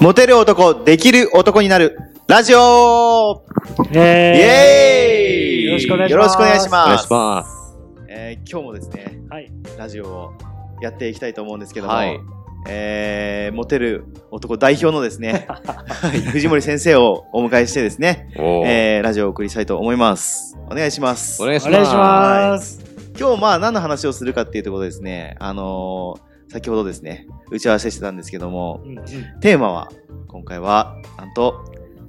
モテる男、できる男になる、ラジオイイエーイエーイよろしくお願いします。よろしくお願いしお願まいすし。ます。えー今日もですね、はいラジオをやっていきたいと思うんですけども、はいえーモテる男代表のです ね、はい藤森先生をお迎えしてですね、おーえーラジオをお送りしたいと思います。お願いします。お願いしおま願いしす。ます。今日まあ何の話をするかっていうところですね、あのー先ほどですね、打ち合わせしてたんですけども、うんうんテーマは、今回は、なんと、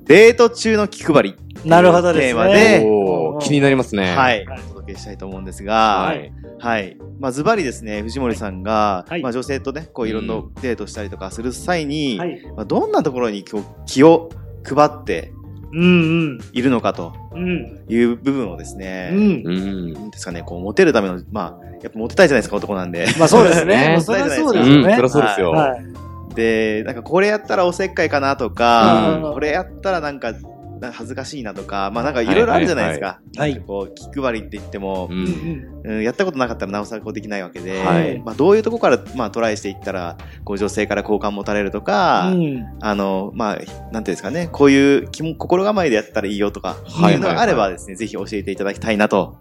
デート中の気配り。なるほどですね。テーマでおー気になりますね。はい。はいお届けしたいと思うんですはが、い。はい。まあ、ズバリですね、藤森さんが、はいまあ、女性とね、こう、いろんなデートしたりとかする際に、はい。まあ、どんなところにこう気を配ってうんいるのかとうん。うん。いう部分をですうね、ん。うん。なんですかね、こう、モテるための、まあ、やっぱモテたいじゃないですか、男なんで。まあそうですねね。もうそれはそうですうよん、ねそりゃ。そうですよ。はい。で、なんか、これやったらおせっかいかなとか、うんこれやったらなんか、なんか恥ずかしいなとか、まあなんかいろいろあるじゃないですか。はいはいはいなんかこう、気配りって言ってもう、うんん。うん、やったことなかったらなおさらこうできないわけで、はいまあ、どういうとこから、まあ、トライしていったらこう女性から好感持たれるとか、うんあのまあ、なんていうんですかねこういう気も心構えでやったらいいよとか、はいいうのがあればですねぜひ教えていただきたいなと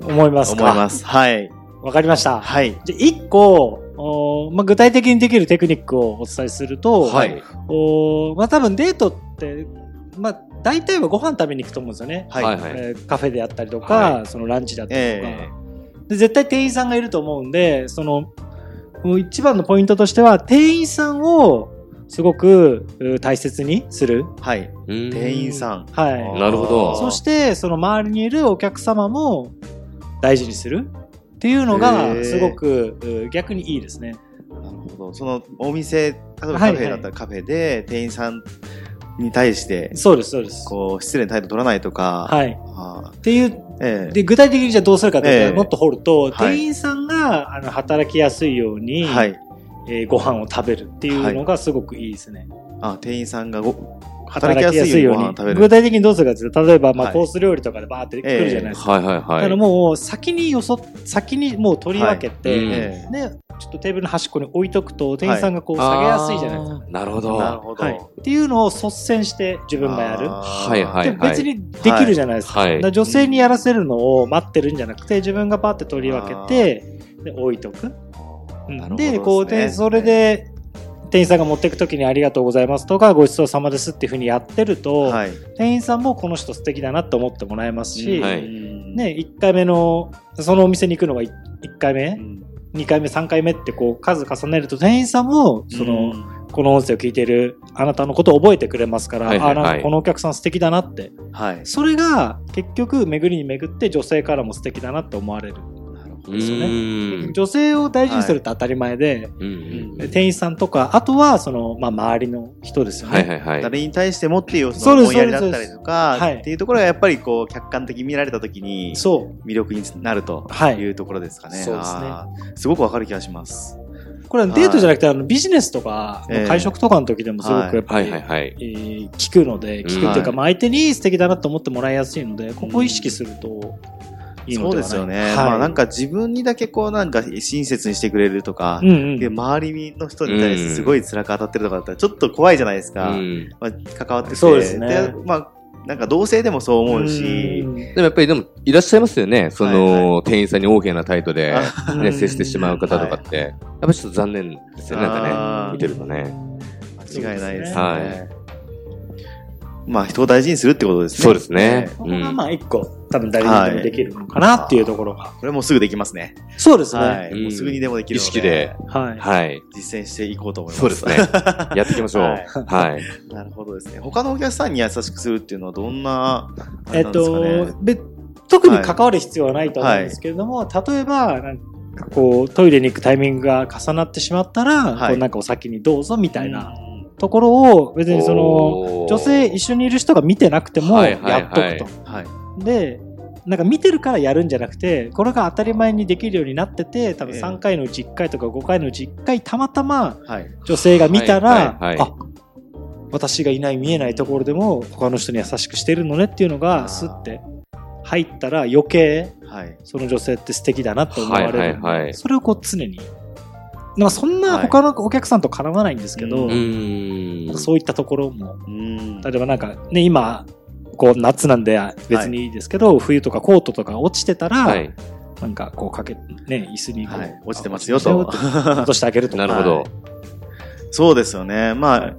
思います思いか。ます。はい、わかりました。はいじゃあ一個、おーまあ、具体的にできるテクニックをお伝えすると、はい。おーまあ、多分デートって、まあ、大体はご飯食べに行くと思うんですよね、はいはいはい。えーカフェであったりとか、はそのランチであったりとか、えで絶対店員さんがいると思うんでそのもう一番のポイントとしては店員さんをすごくう大切にする、はい、うん店員さん、はい、なるほどそしてその周りにいるお客様も大事にするっていうのへがーすごくう逆にいいですね。なるほどそのお店例えばカはいフェだったらカフェで店員さんに対してそうですそうです。こう失礼な態度取らないとか、はい、あっていうーええで具体的にじゃあどうするかというええともっと掘ると、はい店員さんがあの働きやすいように、はい、えーご飯を食べるっていうのがすごくいいですね。あ店員さんがご働きやすいようにご飯を食べる具体的にどうするかというと例えば、まあはいコース料理とかでバーって来るじゃないですか。はいはいはい。だからもう先によそ先にもう取り分けて、はいうんええね、ちょっとテーブルの端っこに置いとくと店員さんがこう下げやすいじゃないですか。すか。なるほなど。るはほど。はい、っていうのを率先して自分がやる。いはいではい。別にできるじゃないですか,、はいだから女性にやらせるのを待ってるんじゃなくて自分がパッて取り分けてで置いとく、うんなるほどですねでこうでそれで店員さんが持っていく時に「ありがとうございます」とか「ごちそうさまです」っていうふうにやってると、はい。店員さんもこの人素敵だなって思ってもらえますし、うんはいね、1回目のそのお店に行くのが 1, 回目、うん2回目3回目ってこう数重ねると店員さんもその、うんこの音声を聞いているあなたのことを覚えてくれますから、はいはいはいあなんかこのお客さん素敵だなってはい。それが結局巡りに巡って女性からも素敵だなって思われる、なるほうどですよねね。ん。女性を大事にするって当たり前で、うんで店員さんとかあとはその、まあ、周りの人ですよね、はいはいはい。誰に対してもっていうそそうのです思いやりだったりとそうですはかいっていうところがやっぱりこう客観的に見られた時にそ魅力になるとはいいうところですかね。そうですねあーすごくわかる気がします。うこれはデートじゃなくてあのビジネスとかええ会食とかの時でもすごくやっぱはり、いはいはい。えー聞くので聞くっていうか、うんまあ、相手に素敵だなと思ってもらいやすいのでここを意識するといいそのうでではないすよね。はいまあなんか自分にだけこうなんか親切にしてくれるとかうん、うんで周りの人に対してすごい辛く当たってるとかだったらちょっと怖いじゃないですうか。ん。まあ関わってて。そうですねまあなんか同性でもそう思うしう、 んでもやっぱりでもいらっしゃいますよね。そはいの、店員さんに OK な態度であ、うね、ん接してしまう方とかって、やっぱりちょっと残念ですよね。なんかあーね、見てるとね。間違いないですね。はまあ人を大事にするってことですね。そうですね。ここがまあ一個、多分誰にでもできるのかなっていうところが。これもうすぐできますね。そうですね。は。はいい。うんもうすぐにでもできるので。意識ではい。実践していこうと思います。そうですね。やっていきましょう。はいはい。なるほどですね。他のお客さんに優しくするっていうのはどんな、あえれっなんですかねと、べ特に関わる必要はないと思うんですけれども、例えば、なんかこう、トイレに行くタイミングが重なってしまったら、はいこうなんかお先にどうぞみたいなうんところを、別にその、おー女性一緒にいる人が見てなくてもはいはいはいやっとくと。はい。で、なんか見てるからやるんじゃなくてこれが当たり前にできるようになってて多分3回のうち1回とか5回のうち1回たまたまはい。女性が見たら、はいはいはいあ私がいない見えないところでも他の人に優しくしてるのねっていうのあーがスッて入ったら余計はい。その女性って素敵だなって思われる、はいはいはいそれをこう常になんかそんな他のお客さんと絡まないんですけど、ううーん。そういったところもうん例えばなんかね今こう夏なんで別にいいですけど、冬とかコートとか落ちてたら、はい。なんかこうかけね椅子にこう、はい落ちてますよと落ちてますよって落としてあげるとか なるほど。 そうですよね。まあ、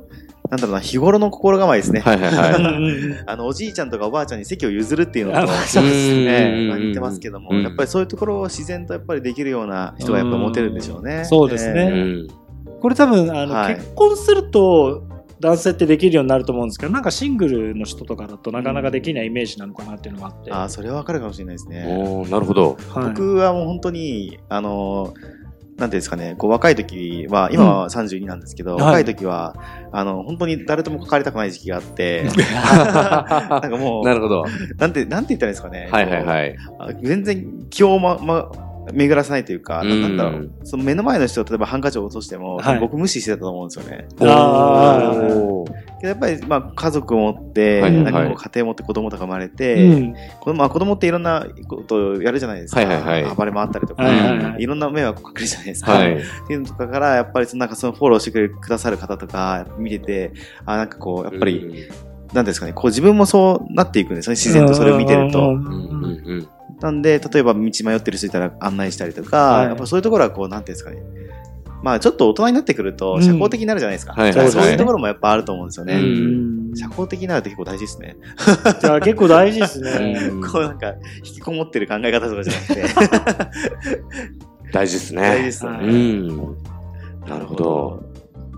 なんだろうな、日頃の心構えですね。はいはい はうんい。うんうんあの、おじいちゃんとかおばあちゃんに席を譲るっていうのとあ、そうですねええうんまあ似てますけども、うんやっぱりそういうところを自然とやっぱりできるような人がやっぱモテるんでしょううね。んそうですねうええん。これ多分あの、はい結婚すると男性ってできるようになると思うんですけどなんかシングルの人とかだとなかなかできないイメージなのかなっていうのがあって、ああ、それはわかるかもしれないですね。おーなるほど。はい僕はもう本当に、あの、なんていうんですかね、こう若い時は、今は32なんですけど、はい若い時は、あの、本当に誰とも関わりたくない時期があ って、ななんかもう、るほど。なんて、なんて言ったらいいんですかね。はいはいはい。あ全然気を、まま、巡らさないというか、なうんんだろう、その目の前の人、例えばハンカチを落としても、はい僕無視してたと思うんですよね。あーおーけどやっぱり、まあ、家族を持って、はいはいなんかこう家庭持って子供とか生まれて、うん子供まあ、子供っていろんなことをやるじゃないですか、はいはいはい暴れ回ったりとか、はいいはいはいろんな迷惑をかけるじゃないですか。はい。っていうのとかから、やっぱりそのなんかそのフォローしてくれるくださる方とか見てて、あなんかこう、やっぱり、り。なんですかね、こう自分もそうなっていくんですよね、自然とそれを見てると。うんうんうんうん。なんで、例えば道迷ってる人いたら案内したりとか、はいやっぱそういうところはこう、なんていうんですかね。まあちょっと大人になってくるうとん社交的になるじゃないですか。はいはいはいそういうところもやっぱあると思うんですよね。うんうん社交的になるって結構大事ですね。じゃあ結構大事ですね。うんこうなんか、引きこもってる考え方とかじゃなくて、大事ですね。大事ですよはね。いうん。なるほど。。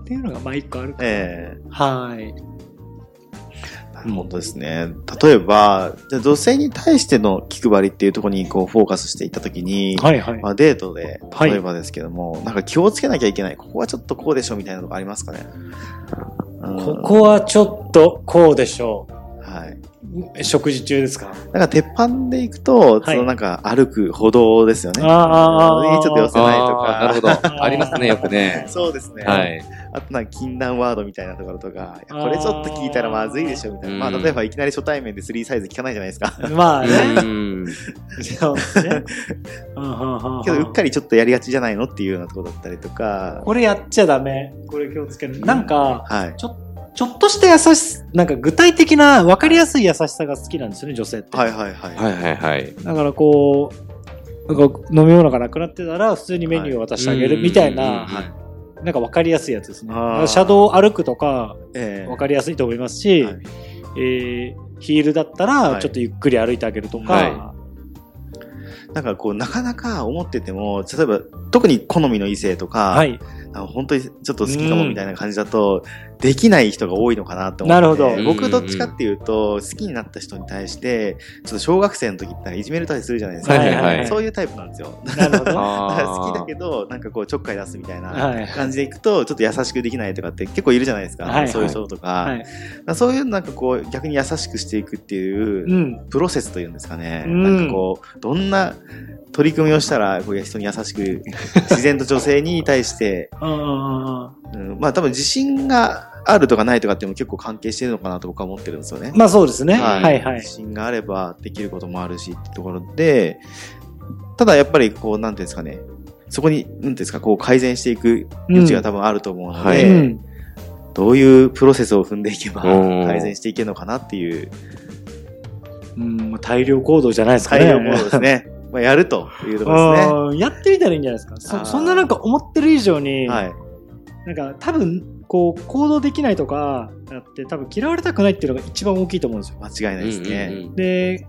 っていうのがまあ一個あるかえはい。え本当ですね。例えば、じゃあ女性に対しての気配りっていうところにこうフォーカスしていったときに、はいはいま。あ、デートで、はい例えばですけども、なんか気をつけなきゃいけない。ここはちょっとこうでしょみたいなのがありますかね。うんここはちょっとこうでしょはい。う。食事中ですかなんか鉄板で行くと、はいそのなんか歩く歩道ですよね。あーにちょっと寄せないとか。あーなるほーど。ありますね、よくね。そうですね。はい。あとなんか禁断ワードみたいなところとか、いやこれちょっと聞いたらまずいでしょみたいな。まああー例えばいきなり初対面で3サイズ聞かないじゃないですか。まあね。うんそうですね。 うんうんうんうんけどうっかりちょっとやりがちじゃないのっていうようなところだったりとか。これやっちゃダメ。これ気をつける。なんか、はい。ちょっとした優しさ、なんか具体的な分かりやすい優しさが好きなんですよね、女性って。はいはいはい。はいはいはい。だからこう、なんか飲み物がなくなってたら普通にメニューを渡してあげるみたいな、はいなんか分かりやすいやつですね。あーだから車道を歩くとかええ分かりやすいと思いますし、はいえーヒールだったらはいちょっとゆっくり歩いてあげるとか、はなんかこう、なかなか思ってても、例えば、特に好みの異性とか、はい、あの本当にちょっと好きかもみたいな感じだと、できない人が多いのかなと思って。なるほど僕どっちかっていうと、好きになった人に対して、ちょっと小学生の時ってなんかいじめるたりするじゃないですか。はいはいはいそういうタイプなんですよ。なるほど。だからあ 好きだけど。ど、なんかこうちょっかい出すみたいな。はい。感じでいくと、ちょっと優しくできないとかって結構いるじゃないですか。はいはいそういう人とか。はい。だからそういうなんかこう、逆に優しくしていくっていう、うん。プロセスというんですかね、うんなんかこうどんな取り組みをしたらこう人に優しく自然と女性に対して、うんうんうんうん。うんまあ多分自信があるとかないとかっていうのも結構関係してるのかなと僕は思ってるんですよね。まあそうですね。は、はいいはい、自信があればできることもあるしってところでただやっぱりこうなんていうんですかねそこになんていうんですかこう改善していく余地が多分あると思うのはで、いうん。どういうプロセスを踏んでいけばうん改善していけるのかなっていううん。まあ大量行動じゃないですかね。大量行動です ね。まあやるというところですね。うんやってみたらいいんじゃないですか。あそーそんななんか思ってる以上に、はい。なんか多分、こう、行動できないとか、だって多分嫌われたくないっていうのが一番大きいと思うんですよ。間違いないですね。うんうんうんで、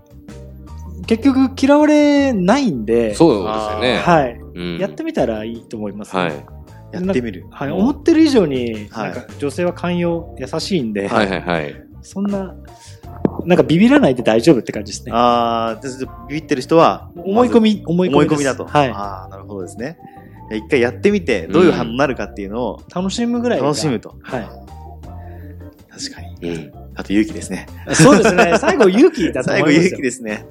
結局嫌われないんで、そうですよね。はい、うんやってみたらいいと思います、はい。やってみる。はい。うん思ってる以上に、はいなんか女性は寛容、優しいんで、はいはいはい。そんな、なんかビビらないで大丈夫って感じですね。ああ、ですビビってる人は、思い込み、思まいず、込思いみです込みだと。はい。ああ、なるほどですね。いや一回やってみて、どういう反応になるかっていうのを楽しむぐらいが楽しむと。は確かに。うんあと勇気ですね。いそうですね最後勇気だと 最思後います勇よ気ですね。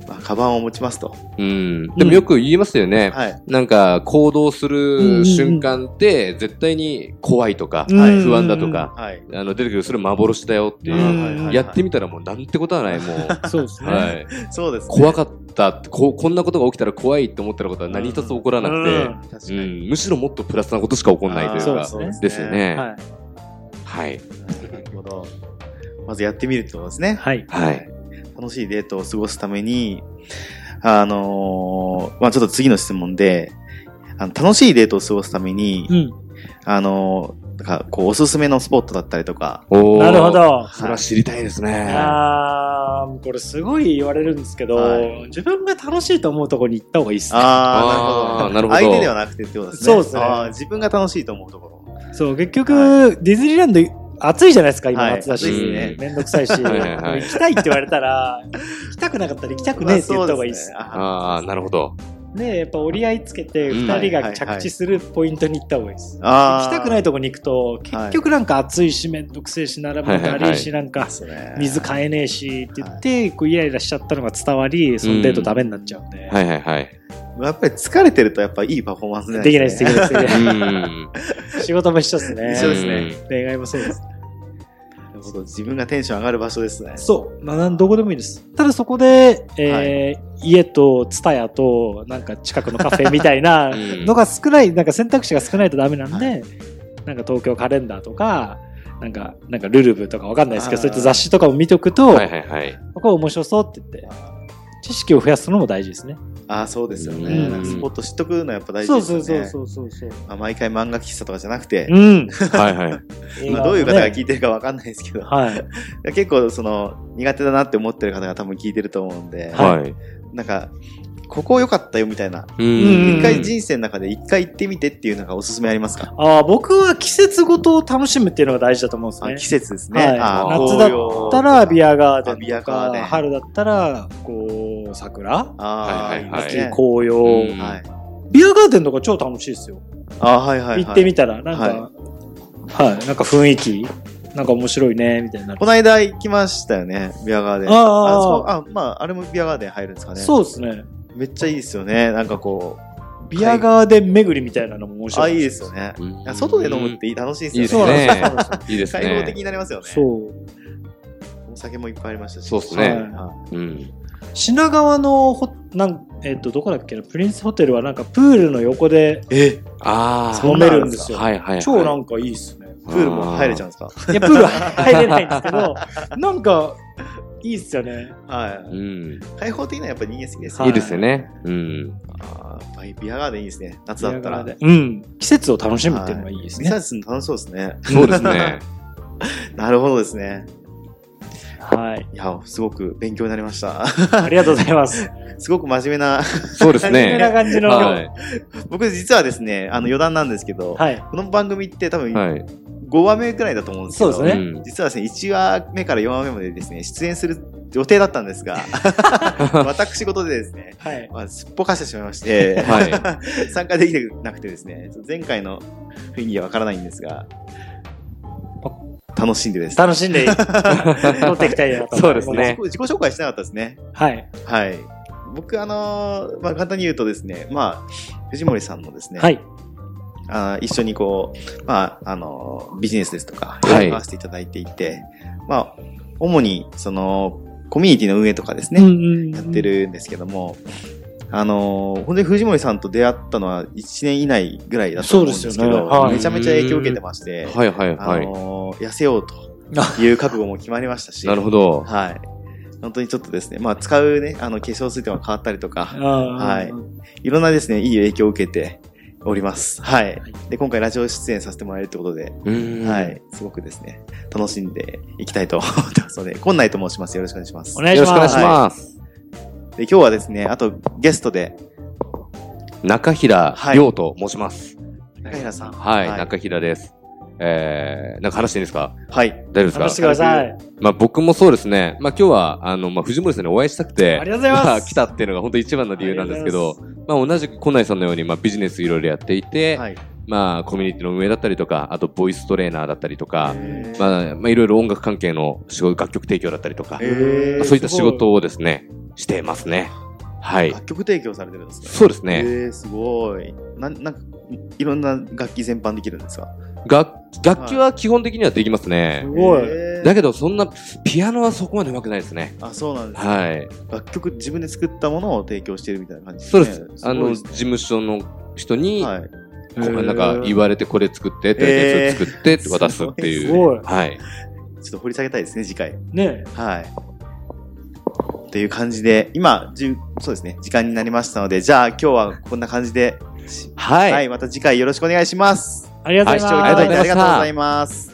はいわカバンを持ちますと。うん。でもよく言いますよね。はい。なんか、行動すうんうんうんる瞬間って、絶対に怖いとか、うんうんうん不安だとか、はい。あの、出てくる、それ幻だよってういう。んやってみたらもう、なんてことはない、も う。そうですね。はい。そうですね。怖かったってこう、こんなことが起きたら怖いって思ったことは何一つ起こらなくて、確うかんに。むしろもっとプラスなことしか起こらないといあーうそうでか、すねですよ。ね。はい。はい。なるほど。まずやってみるってことですね。はい。はい。楽しいデートを過ごすために、あのーまあちょっと次の質問で、あの楽しいデートを過ごすために、うん。あのーなんかこうおすすめのスポットだったりとか、おーなるほ。ど。それは知りたいですいね。やーこれすごい言われるんですけど、はい自分が楽しいと思うとこに行った方がいいっすね。ああ、あーななるほるほど。ど相手ではなくてってことですね。そうですねあー自分が楽しいと思うところ。そう、結局、はディズニーランド暑いじゃないですか、今はい夏だし、暑いですめんどくさいし、はいはいはい行きたいって言われたら、行きたくなかったら行きたくねえって言った方がいいっす。まあああ、なるほど。で、やっぱ折り合いつけて、うん二人が着地するポイントに行った方がいいです。行あきたくないとこに行くと、結局なんか暑いし、めんどくせえし、並ぶのだりいし、なんか、そうですね水買えねえしって言って、こうイライラしちゃったのが伝わり、そのデートダメになっちゃうんで。はいはいはい。やっぱり疲れてるとやっぱいいパフォーマンスできないです、できないですできうないん。 です。仕事も一緒ですね。 一緒ですね恋愛もそうです。なるほど自分がテンション上がる場所ですね。そう。まあ、なんどこでもいいです。ただそこで、えー家と、ツタヤと、なんか近くのカフェみたいな うんのが少ない、なんか選択肢が少ないとダメなんで、なんか東京カレンダーとか、なんか、なんかルルブとかわかんないですけあど、ーそういった雑誌とかを見ておくと、はいはいはい。ここ面白そうって言って、知識を増やすのも大事ですね。ああ、そうですよね。うんなんかスポット知っとくのやっぱ大そう事そでうすよね。そうそうそうそう。まあ毎回漫画喫茶とかじゃなくて、うん。はいは い。まあどういう方がい聞いてるかわかんないですけど、はい。結構その苦手だなって思ってる方が多分聞いてると思うんで、はい。なんか、ここ良かったよみたいな。ううん一回人生の中で一回行ってみてっていうのがおすすめありますか、ああ、僕は季節ごとを楽しむっていうのが大事だと思うんですあね。季節ですね。はいあー夏だ紅っ葉たらビアガーデンあビアとガーデンか、春だったら、こう、桜、あー、はいはいはいですね紅葉、うんはい。ビアガーデンとか超楽しいですよ。あーはいはいはい。行ってみたら、なんか、ははい、なんか雰囲気、なんか面白いね、みたいになるこ。の間行きましたよね、ビアガーデン。あーあそあこあ、まあ、あれもビアガーデン入るんですかーね。そうですね。めっちゃいいですよね。なんかこビアガーデン巡りみたいなのも面う、あ、白いいいですよね。うん外で飲むっていい楽しいですそようなんでね。 すよいいです開放的ね。になりますよね。そう。お酒もいっぱいありましたし。そうっすねはいうん。品川のホ、なん、えっと、どこだっけな、プリンスホテルはなんかプールの横でえ、ああ。そ飲うなめんですかるんですよ。はいはいはい。超なんかいいですね。プールも入れちゃうんですかいや、プールは入れないんですけ ど、なんか、いいっすよね。はうい。ん。開放的なやっぱ人間好きですはいいですよね。うん。あーやっぱりビアガーデンいいですね。夏だったら。ビアガーデンうん。季節を楽しむっていうのがいいですリサね。ーチするの楽しそうですね。そうですね。なるほどですね。はい。いや、すごく勉強になりました。 ありがとうございます。すごく真面目な、そうですこんなね。感じの。は は僕実はですね、あの余談なんですけど、い。この番組って多分い。はい。 5話目くらいだと思うんですけど、そうですねうん実はですね、1話目から4話目までですね、出演する予定だったんです が、私事でですね、はい。まあ、すっぽかしてしまいまして、 は参加できてなくてですね、ちょっと前回の雰囲気はわからないんですが、楽しんでですね。楽しんで、乗っていきたいなと思いま。そうですね自己自己紹介してなかったですね。はい。はい。僕、あのーまあ、簡単に言うとですね、まあ、藤森さんのですね、はい。あー一緒にこう、まあ、あのービジネスですとか、はいやらせていただいていて、まあ、主に、その、コミュニティの運営とかですね、ねやって。るんですけども、あのー本当に藤森さんと出会ったのは1年以内ぐらいだと思うんですけそうですど、よねはいめちゃめちゃ影響を受けてまして、はいはいあはい。のー痩せようという覚悟も決まりました し、なるほど。はい。本当にちょっとですね、まあ、使うね、あの、化粧水とか変わったりとか、ははいいろんなですね、いい影響を受けております。はい。で、今回ラジオ出演させてもらえるということで、うんはい。。すごくですね、楽しんでいきたいと思ってますので、こんないと申します。よろしくお願いします。おで、願いよしろしくお願まいすし。ます。今日はですね、あとゲストで、中平亮と申します。中平さん。はい。はい。中平です。えー、なんか話していいですかはい、大丈夫ですか話してください。まあ僕もそうですね。まあ今日は、あの、まあ藤森さんにお会いしたくて。ありがとうございますまあ来たっていうのが本当一番の理由なんですけど、まあ同じくコナイさんのように、まあビジネスいろいろやっていて、はい。まあコミュニティの運営だったりとか、あとボイストレーナーだったりとか、えーまあ、まあいろいろ音楽関係の仕事、楽曲提供だったりとか、えーまあそういった仕すごい事をですね、してますね。はい。楽曲提供されてるんですね。そうですえね。ー、すごい。なん、なんか、いろんな楽器全般できるんですか楽楽器は基本的にはできますねす。ごい。えーだけど、そんな、ピアノはそこまで上手くないですね。あ、そうなんですねはい。楽曲、自分で作ったものを提供してるみたいな感じそうでねす。すごあいの、で事すね務所の人に、はい。こうなんか言われてこれ作って、えーそれ作ってって渡すっていすう。ごい。はい。ちょっと掘り下げたいですね、次回。ねはい。という感じで、今、じゅそうですね、時間になりましたので、じゃあ今日はこんな感じで、は。はいい、また次回よろし視聴いただいてありがとうございます。ありがとうございます。はい視聴いただいてありがとありうございましたがとうございます。